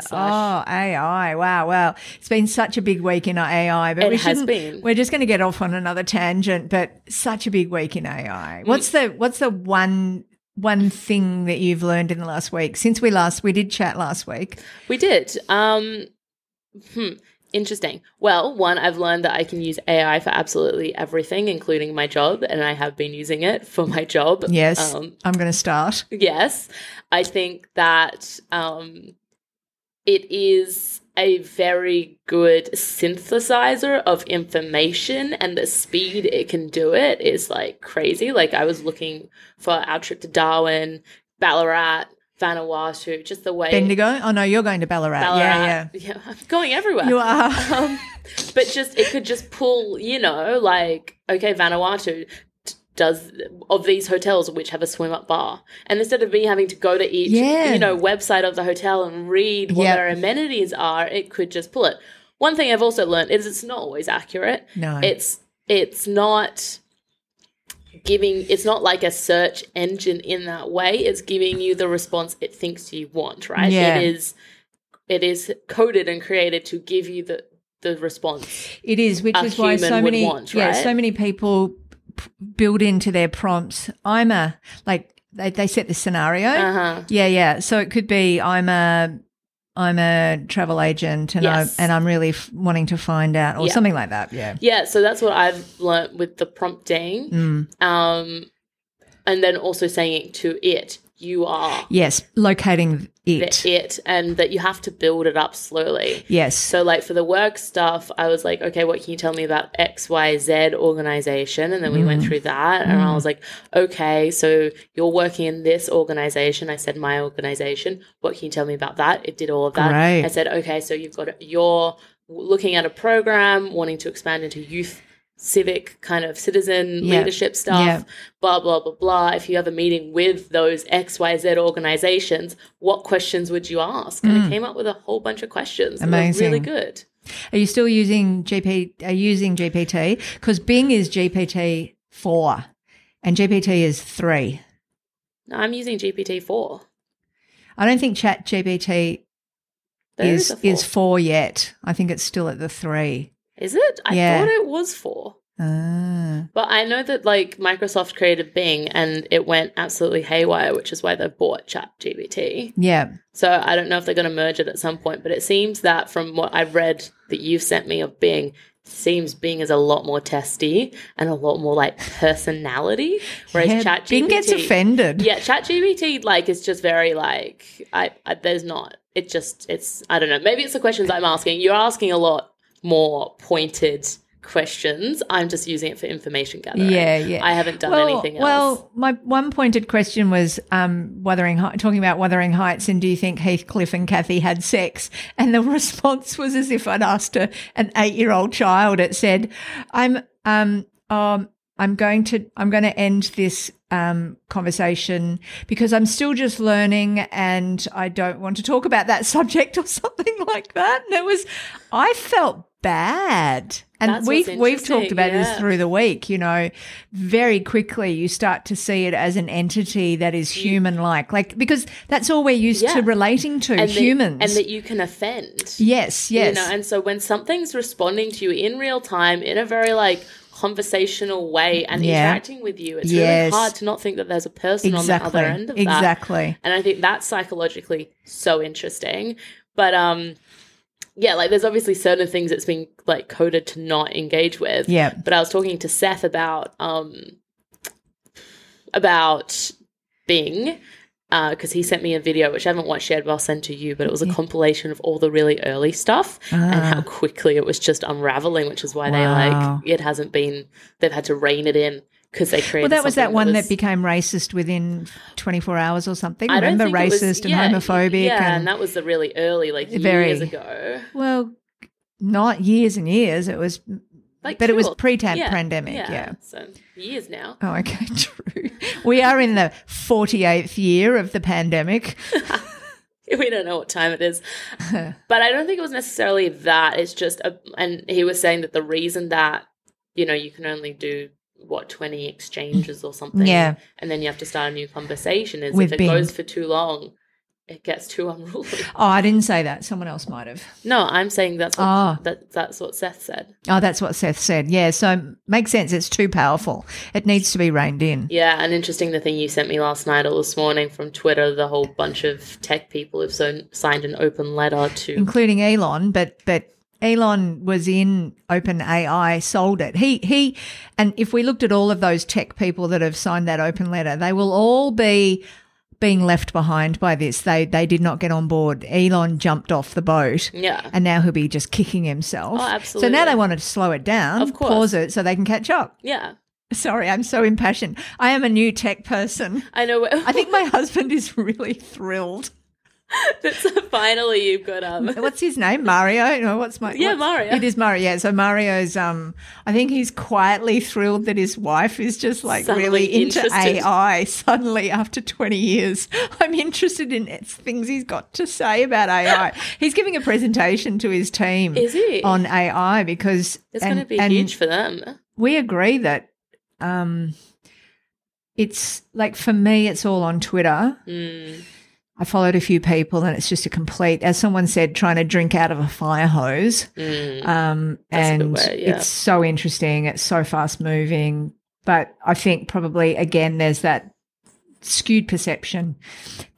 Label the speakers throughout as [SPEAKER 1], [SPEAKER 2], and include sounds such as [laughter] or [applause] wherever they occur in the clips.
[SPEAKER 1] slash.
[SPEAKER 2] Oh, AI. Wow, wow. It's been such a big week in AI. But
[SPEAKER 1] It
[SPEAKER 2] we
[SPEAKER 1] has
[SPEAKER 2] shouldn't-
[SPEAKER 1] been.
[SPEAKER 2] We're just going to get off on another tangent, but such a big week in
[SPEAKER 1] Mm.
[SPEAKER 2] AI. What's the what's the one one thing that you've learned in the last week since we last we did chat last week?
[SPEAKER 1] We did. Um, hmm, interesting. Well, one, I've learned that I can use AI for absolutely everything, including my job, and I have been using it for my job.
[SPEAKER 2] Yes.
[SPEAKER 1] Um,
[SPEAKER 2] I'm going to start.
[SPEAKER 1] Yes, I think that um, it is a very good synthesizer of information, and the speed it can do it is like crazy. Like I was looking for our trip to Darwin, Ballarat, Vanuatu, just the way
[SPEAKER 2] Bendigo. Oh no, you're going to Ballarat.
[SPEAKER 1] Ballarat.
[SPEAKER 2] Yeah,
[SPEAKER 1] I'm [laughs] going everywhere.
[SPEAKER 2] yeah. You are.
[SPEAKER 1] [laughs] Um, but just it could just pull, you know, like okay, Vanuatu t- does of these hotels which have a swim up bar, and instead of me having to go to each,
[SPEAKER 2] Yeah.
[SPEAKER 1] you know, website of the hotel and read what
[SPEAKER 2] Yep.
[SPEAKER 1] their amenities are, it could just pull it. One thing I've also learned is it's not always accurate.
[SPEAKER 2] No.
[SPEAKER 1] It's it's not giving it's not like a search engine in that way it's giving you the response it thinks you want right
[SPEAKER 2] Yeah.
[SPEAKER 1] it is it is coded and created to give you the the response
[SPEAKER 2] It is, which
[SPEAKER 1] a
[SPEAKER 2] is why
[SPEAKER 1] human
[SPEAKER 2] so
[SPEAKER 1] would
[SPEAKER 2] many,
[SPEAKER 1] want,
[SPEAKER 2] yeah,
[SPEAKER 1] right?
[SPEAKER 2] so many people p- build into their prompts. I'm a like they, they set the scenario.
[SPEAKER 1] uh-huh
[SPEAKER 2] Yeah, yeah. So it could be I'm a I'm a travel agent, and
[SPEAKER 1] Yes.
[SPEAKER 2] I and I'm really f- wanting to find out or
[SPEAKER 1] Yeah.
[SPEAKER 2] something like that. Yeah.
[SPEAKER 1] yeah so that's what i've learnt with the prompting
[SPEAKER 2] Mm.
[SPEAKER 1] um and then also saying it to it you are
[SPEAKER 2] Yes, locating
[SPEAKER 1] the
[SPEAKER 2] it.
[SPEAKER 1] it and that you have to build it up slowly
[SPEAKER 2] Yes.
[SPEAKER 1] So, like for the work stuff, I was like, okay, what can you tell me about XYZ organization? And then we went through that, and I was like, okay, so you're working in this organization. I said, my organization. What can you tell me about that? It did all of that.
[SPEAKER 2] Great.
[SPEAKER 1] I said, okay, so you've got, you're looking at a program, wanting to expand into youth. Civic kind of citizen
[SPEAKER 2] Yeah.
[SPEAKER 1] leadership stuff,
[SPEAKER 2] Yeah.
[SPEAKER 1] blah, blah, blah, blah. If you have a meeting with those XYZ organizations, what questions would you ask? And I came up with a whole bunch of questions. that were Really
[SPEAKER 2] Amazing.
[SPEAKER 1] good.
[SPEAKER 2] Are you still using GP? Are you using GPT? Because Bing is GPT four, and GPT is three.
[SPEAKER 1] No, I'm using GPT four.
[SPEAKER 2] I don't think Chat GPT is
[SPEAKER 1] a four.
[SPEAKER 2] is four yet. I think it's still at the three.
[SPEAKER 1] Is it? I
[SPEAKER 2] Yeah.
[SPEAKER 1] thought it was four.
[SPEAKER 2] Ah.
[SPEAKER 1] But I know that like Microsoft created Bing and it went absolutely haywire, which is why they bought ChatGPT.
[SPEAKER 2] Yeah.
[SPEAKER 1] So I don't know if they're going to merge it at some point, but it seems that from what I've read that you've sent me of Bing, seems Bing is a lot more testy and a lot more like personality, whereas
[SPEAKER 2] Yeah,
[SPEAKER 1] ChatGPT
[SPEAKER 2] Bing gets offended.
[SPEAKER 1] yeah ChatGPT like is just very like I, I there's not it just it's i don't know maybe it's the questions i'm asking you're asking a lot more pointed questions i'm just using it for information gathering
[SPEAKER 2] Yeah, yeah.
[SPEAKER 1] i haven't done
[SPEAKER 2] well,
[SPEAKER 1] anything else
[SPEAKER 2] well, my one pointed question was um, Wuthering Hei- talking about Wuthering Heights and do you think Heathcliff and Kathy had sex? And the [laughs] response was as if I'd asked a, an eight year old child. It said, "I'm um, um I'm going to I'm going to end this um, conversation because I'm still just learning and I don't want to talk about that [laughs] subject or something like that." And it was, I felt bad, and
[SPEAKER 1] That's
[SPEAKER 2] we've
[SPEAKER 1] what's
[SPEAKER 2] we've talked
[SPEAKER 1] interesting,
[SPEAKER 2] about this
[SPEAKER 1] yeah.
[SPEAKER 2] through the week. You know, very quickly you start to see it as an entity that is human like, like because that's all we're used
[SPEAKER 1] Mm. Yeah.
[SPEAKER 2] to relating to
[SPEAKER 1] and that-
[SPEAKER 2] humans.
[SPEAKER 1] and that you can offend
[SPEAKER 2] yes, yes,
[SPEAKER 1] you know and so when something's responding to you in real time in a very like conversational way and
[SPEAKER 2] Yeah.
[SPEAKER 1] interacting with you it's
[SPEAKER 2] Yes.
[SPEAKER 1] really hard to not think that there's a person on the
[SPEAKER 2] exactly,
[SPEAKER 1] other end of that
[SPEAKER 2] exactly.
[SPEAKER 1] and I think that's psychologically so interesting. But um, yeah, like there's obviously certain things that's been like coded to not engage with.
[SPEAKER 2] Yeah.
[SPEAKER 1] But I was talking to Seth about um about Bing. Because he sent me a video, which I haven't watched yet, but I'll send to you. But it was a compilation of all the really early stuff and how quickly it was just unraveling, which is why
[SPEAKER 2] Ah. Wow.
[SPEAKER 1] they like it hasn't been. They've had to rein it in because they
[SPEAKER 2] Well,
[SPEAKER 1] created.
[SPEAKER 2] that was that
[SPEAKER 1] something
[SPEAKER 2] one that,
[SPEAKER 1] was-
[SPEAKER 2] became racist within 24 hours or something.
[SPEAKER 1] I don't
[SPEAKER 2] Remember,
[SPEAKER 1] think it was-
[SPEAKER 2] racist and
[SPEAKER 1] yeah,
[SPEAKER 2] homophobic.
[SPEAKER 1] Yeah, and,
[SPEAKER 2] and,
[SPEAKER 1] that was the really early, like
[SPEAKER 2] Very.
[SPEAKER 1] years ago.
[SPEAKER 2] well, not years and years. It was,
[SPEAKER 1] Like,
[SPEAKER 2] but it was
[SPEAKER 1] cool. Yeah,
[SPEAKER 2] pre-pandemic. yeah.
[SPEAKER 1] So years now. [laughs]
[SPEAKER 2] Oh, okay, [laughs] true. We are in the 48th year of the pandemic.
[SPEAKER 1] We don't know what time it is,
[SPEAKER 2] [laughs]
[SPEAKER 1] but I don't think it was necessarily that. It's just, a, and he was saying that the reason that you know you can only do what twenty exchanges or something,
[SPEAKER 2] Yeah.
[SPEAKER 1] and then you have to start a new conversation is
[SPEAKER 2] With
[SPEAKER 1] if it
[SPEAKER 2] Bing.
[SPEAKER 1] goes for too long, it gets too unruly. [laughs]
[SPEAKER 2] Oh, I didn't say that. Someone else might have.
[SPEAKER 1] No, I'm saying that's what,
[SPEAKER 2] Ah.
[SPEAKER 1] that, that's what Seth said.
[SPEAKER 2] Oh, that's what Seth said. Yeah, so makes sense. It's too powerful. It needs to be reined in.
[SPEAKER 1] Yeah, and interesting the thing you sent me last night or this morning from Twitter, the whole bunch of tech people have so, signed an open letter to.
[SPEAKER 2] including Elon, but but Elon was in OpenAI, sold it. He he, and if we looked at all of those tech people that have signed that open letter, they will all be being left behind by this. They they did not get on board. Elon jumped off the boat.
[SPEAKER 1] Yeah.
[SPEAKER 2] And now he'll be just kicking himself.
[SPEAKER 1] Oh,
[SPEAKER 2] So
[SPEAKER 1] absolutely.
[SPEAKER 2] now they want to slow it down,
[SPEAKER 1] Of course.
[SPEAKER 2] pause it so they can catch up.
[SPEAKER 1] Yeah.
[SPEAKER 2] Sorry, I'm so impassioned. I am a new tech person.
[SPEAKER 1] I know. [laughs]
[SPEAKER 2] I think my husband is really thrilled.
[SPEAKER 1] that's finally you've got um.
[SPEAKER 2] What's his name? Mario? No, what's my
[SPEAKER 1] Yeah,
[SPEAKER 2] what's-
[SPEAKER 1] Mario.
[SPEAKER 2] It is Mario. Yeah. So Mario's um I think he's quietly thrilled that his wife is just like
[SPEAKER 1] Suddenly
[SPEAKER 2] really into
[SPEAKER 1] interested.
[SPEAKER 2] AI suddenly after 20 years. I'm interested in its- things he's got to say about
[SPEAKER 1] [laughs]
[SPEAKER 2] AI. he's giving a presentation to his team
[SPEAKER 1] Is he?
[SPEAKER 2] on AI because
[SPEAKER 1] It's
[SPEAKER 2] and-
[SPEAKER 1] going to be
[SPEAKER 2] and
[SPEAKER 1] huge for them.
[SPEAKER 2] we agree that um it's like for me it's all on Twitter.
[SPEAKER 1] Mm.
[SPEAKER 2] I followed a few people, and it's just a complete, as someone said, trying to drink out of a fire hose.
[SPEAKER 1] Mm.
[SPEAKER 2] Um,
[SPEAKER 1] That's a good
[SPEAKER 2] and
[SPEAKER 1] way, yeah.
[SPEAKER 2] it's so interesting. It's so fast moving. But I think probably, again, there's that skewed perception.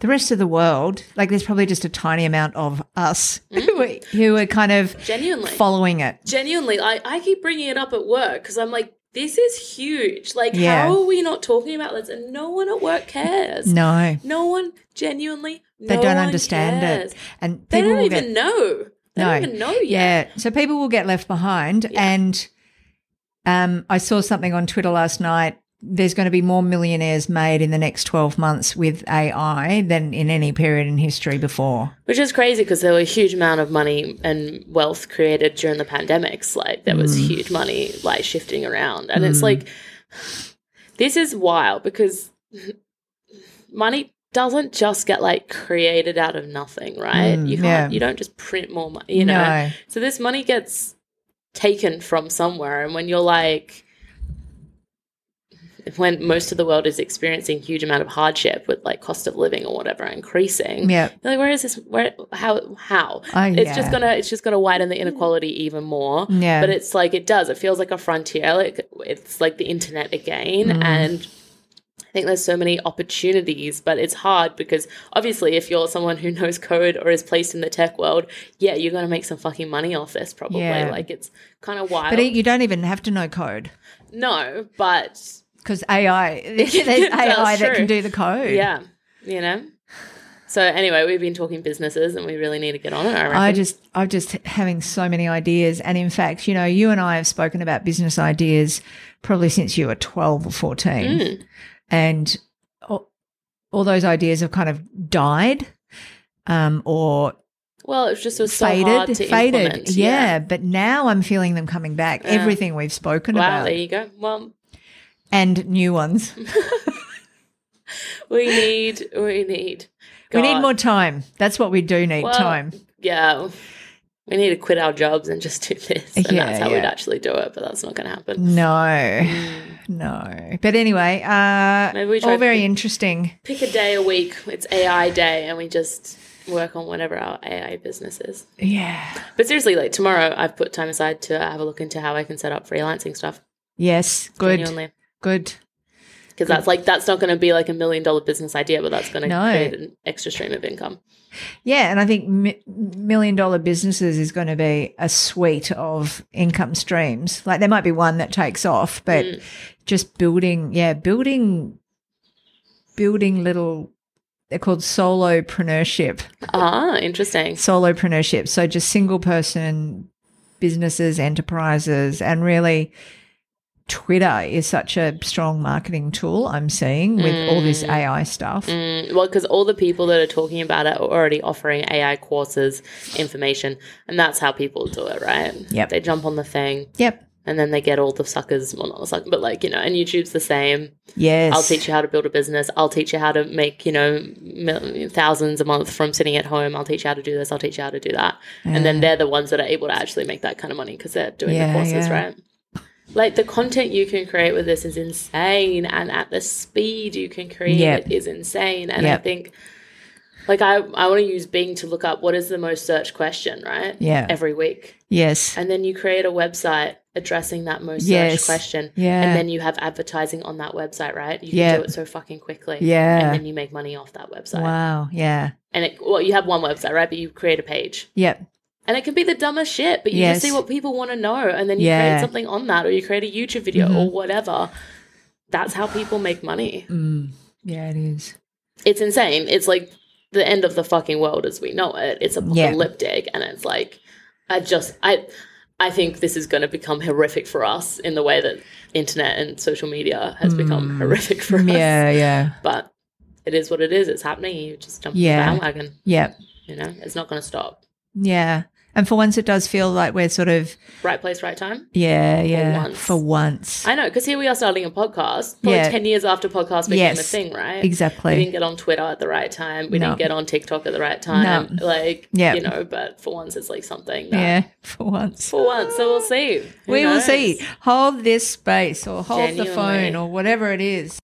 [SPEAKER 2] The rest of the world, like, there's probably just a tiny amount of us [laughs] who,
[SPEAKER 1] Mm.
[SPEAKER 2] are, who are kind of
[SPEAKER 1] Genuinely.
[SPEAKER 2] following it.
[SPEAKER 1] Genuinely, I, I keep bringing it up at work because I'm like, this is huge. Like,
[SPEAKER 2] Yeah.
[SPEAKER 1] how are we not talking about this? And no one at work cares.
[SPEAKER 2] No,
[SPEAKER 1] No one genuinely.
[SPEAKER 2] they
[SPEAKER 1] no
[SPEAKER 2] don't
[SPEAKER 1] one
[SPEAKER 2] understand
[SPEAKER 1] cares.
[SPEAKER 2] it. And
[SPEAKER 1] They
[SPEAKER 2] people
[SPEAKER 1] don't
[SPEAKER 2] will
[SPEAKER 1] even
[SPEAKER 2] get,
[SPEAKER 1] know. They
[SPEAKER 2] No.
[SPEAKER 1] don't even know yet.
[SPEAKER 2] Yeah. So people will get left behind.
[SPEAKER 1] Yeah.
[SPEAKER 2] And um, I saw something on Twitter last night. There's going to be more millionaires made in the next 12 months with AI than in any period in history before.
[SPEAKER 1] Which is crazy because there were a huge amount of money and wealth created during the pandemics. Like there
[SPEAKER 2] Mm.
[SPEAKER 1] was huge money like shifting around. And it's like this is wild because money doesn't just get like created out of nothing, right?
[SPEAKER 2] Mm,
[SPEAKER 1] you can't
[SPEAKER 2] yeah.
[SPEAKER 1] you don't just print more money, you know.
[SPEAKER 2] No.
[SPEAKER 1] So this money gets taken from somewhere, and when you're like, when most of the world is experiencing huge amount of hardship with like cost of living or whatever increasing,
[SPEAKER 2] Yeah.
[SPEAKER 1] you're like, where is this? Where? How? How?
[SPEAKER 2] Oh,
[SPEAKER 1] it's
[SPEAKER 2] yeah.
[SPEAKER 1] just gonna it's just gonna widen the inequality even more.
[SPEAKER 2] Yeah.
[SPEAKER 1] But it's like it does. It feels like a frontier. Like it's like the internet again,
[SPEAKER 2] Mm.
[SPEAKER 1] and I think there's so many opportunities, but it's hard because obviously, if you're someone who knows code or is placed in the tech world, yeah, you're gonna make some fucking money off this probably.
[SPEAKER 2] Yeah.
[SPEAKER 1] Like it's kind of wild.
[SPEAKER 2] But it, you don't even have to know code
[SPEAKER 1] no, but
[SPEAKER 2] because
[SPEAKER 1] [laughs]
[SPEAKER 2] AI, there's AI that
[SPEAKER 1] true.
[SPEAKER 2] can do the code.
[SPEAKER 1] yeah, you know. So anyway, we've been talking businesses, and we really need to get on it. I reckon.
[SPEAKER 2] I just, I'm just having so many ideas. And in fact, you know, you and I have spoken about business ideas probably since you were 12 or 14.
[SPEAKER 1] Mm.
[SPEAKER 2] and all, all those ideas have kind of died um, or
[SPEAKER 1] well, it was just it was so hard
[SPEAKER 2] faded
[SPEAKER 1] to
[SPEAKER 2] faded
[SPEAKER 1] implement.
[SPEAKER 2] yeah. but now i'm feeling them coming back
[SPEAKER 1] Yeah.
[SPEAKER 2] everything we've spoken
[SPEAKER 1] Wow, there
[SPEAKER 2] about
[SPEAKER 1] you go. Well,
[SPEAKER 2] and new ones
[SPEAKER 1] [laughs] we need, we need,
[SPEAKER 2] we need
[SPEAKER 1] God.
[SPEAKER 2] more time that's what we do need
[SPEAKER 1] Well,
[SPEAKER 2] time
[SPEAKER 1] Yeah, we need to quit our jobs and just do this, and
[SPEAKER 2] Yeah,
[SPEAKER 1] that's how we'd
[SPEAKER 2] yeah. Mm,
[SPEAKER 1] actually do it. But that's not going to happen.
[SPEAKER 2] no no but anyway
[SPEAKER 1] Hmm. Maybe we
[SPEAKER 2] uh
[SPEAKER 1] try
[SPEAKER 2] all
[SPEAKER 1] to
[SPEAKER 2] very
[SPEAKER 1] pick-
[SPEAKER 2] interesting
[SPEAKER 1] Pick a day a week. It's AI day, and we just work on whatever our AI business is.
[SPEAKER 2] yeah
[SPEAKER 1] But seriously, like tomorrow, I've put time aside to have a look into how I can set up freelancing stuff.
[SPEAKER 2] yes good
[SPEAKER 1] Genuinely.
[SPEAKER 2] good
[SPEAKER 1] Because that's like that's not going to be like a million dollar business idea, but that's going to
[SPEAKER 2] No.
[SPEAKER 1] create an extra stream of income.
[SPEAKER 2] Yeah, and I think mi- million dollar businesses is going to be a suite of income streams. Like there might be one that takes off, but
[SPEAKER 1] Mm.
[SPEAKER 2] just building, yeah, building, building little. They're called solopreneurship.
[SPEAKER 1] Ah, interesting.
[SPEAKER 2] Solopreneurship. So just single person businesses, enterprises, and really. Twitter is such a strong marketing tool I'm seeing with all this
[SPEAKER 1] Mm.
[SPEAKER 2] AI stuff.
[SPEAKER 1] Mm, well, because all the people that are talking about it are already offering AI courses, information, and that's how people do it, right?
[SPEAKER 2] Yep.
[SPEAKER 1] They jump on the thing
[SPEAKER 2] Yep.
[SPEAKER 1] and then they get all the suckers. Well, not the suckers, but like, you know, and YouTube's the same.
[SPEAKER 2] Yes.
[SPEAKER 1] I'll teach you how to build a business. I'll teach you how to make, you know, mil- thousands a month from sitting at home. I'll teach you how to do this. I'll teach you how to do that. And then they're the ones that are able to actually make that kind of money because they're doing
[SPEAKER 2] Mm. Yeah,
[SPEAKER 1] the courses,
[SPEAKER 2] yeah.
[SPEAKER 1] right? Like the content you can create with this is insane, and at the speed you can create
[SPEAKER 2] Yep.
[SPEAKER 1] it is insane. And I
[SPEAKER 2] Yep.
[SPEAKER 1] think Like I, I want to use Bing to look up what is the most searched question, right?
[SPEAKER 2] Yeah.
[SPEAKER 1] Every week.
[SPEAKER 2] Yes.
[SPEAKER 1] And then you create a website addressing that most
[SPEAKER 2] Yes.
[SPEAKER 1] searched question.
[SPEAKER 2] Yeah.
[SPEAKER 1] And then you have advertising on that website, right? You can
[SPEAKER 2] Yeah.
[SPEAKER 1] do it so fucking quickly.
[SPEAKER 2] Yeah.
[SPEAKER 1] And then you make money off that website.
[SPEAKER 2] Wow. Yeah.
[SPEAKER 1] And it well, you have one website, right? But you create a page.
[SPEAKER 2] Yep.
[SPEAKER 1] And it can be the dumbest shit, but you
[SPEAKER 2] Yes.
[SPEAKER 1] just see what people want to know and then you
[SPEAKER 2] Yeah. Mm-hmm.
[SPEAKER 1] create something on that or you create a YouTube video or whatever. That's how people make money.
[SPEAKER 2] Mm. Yeah, it is.
[SPEAKER 1] It's insane. It's like the end of the fucking world as we know it. It's
[SPEAKER 2] Yeah.
[SPEAKER 1] apocalyptic and it's like I just I I think this is going to become horrific for us in the way that internet and social media has become horrific for us.
[SPEAKER 2] Mm. Yeah. Yeah.
[SPEAKER 1] But it is what it is. It's happening. You just jump
[SPEAKER 2] Yeah.
[SPEAKER 1] on the bandwagon,
[SPEAKER 2] Yep.
[SPEAKER 1] you know? It's not going to stop.
[SPEAKER 2] Yeah. And for once, it does feel like we're sort of
[SPEAKER 1] Right place, right time.
[SPEAKER 2] yeah, yeah.
[SPEAKER 1] once.
[SPEAKER 2] For once,
[SPEAKER 1] I know, because here we are starting a podcast, probably
[SPEAKER 2] Yeah.
[SPEAKER 1] 10 years after podcast became a
[SPEAKER 2] Yes,
[SPEAKER 1] thing, right? We didn't
[SPEAKER 2] exactly.
[SPEAKER 1] get on Twitter at the right time. We
[SPEAKER 2] No.
[SPEAKER 1] didn't get on TikTok at the right time. Like,
[SPEAKER 2] Yeah.
[SPEAKER 1] you know, but for once, it's like something. That,
[SPEAKER 2] Yeah, [laughs] for once.
[SPEAKER 1] For once. So we'll see. Who
[SPEAKER 2] we will
[SPEAKER 1] knows?
[SPEAKER 2] see. Hold this space, or hold the phone,
[SPEAKER 1] Genuinely.
[SPEAKER 2] or whatever it is.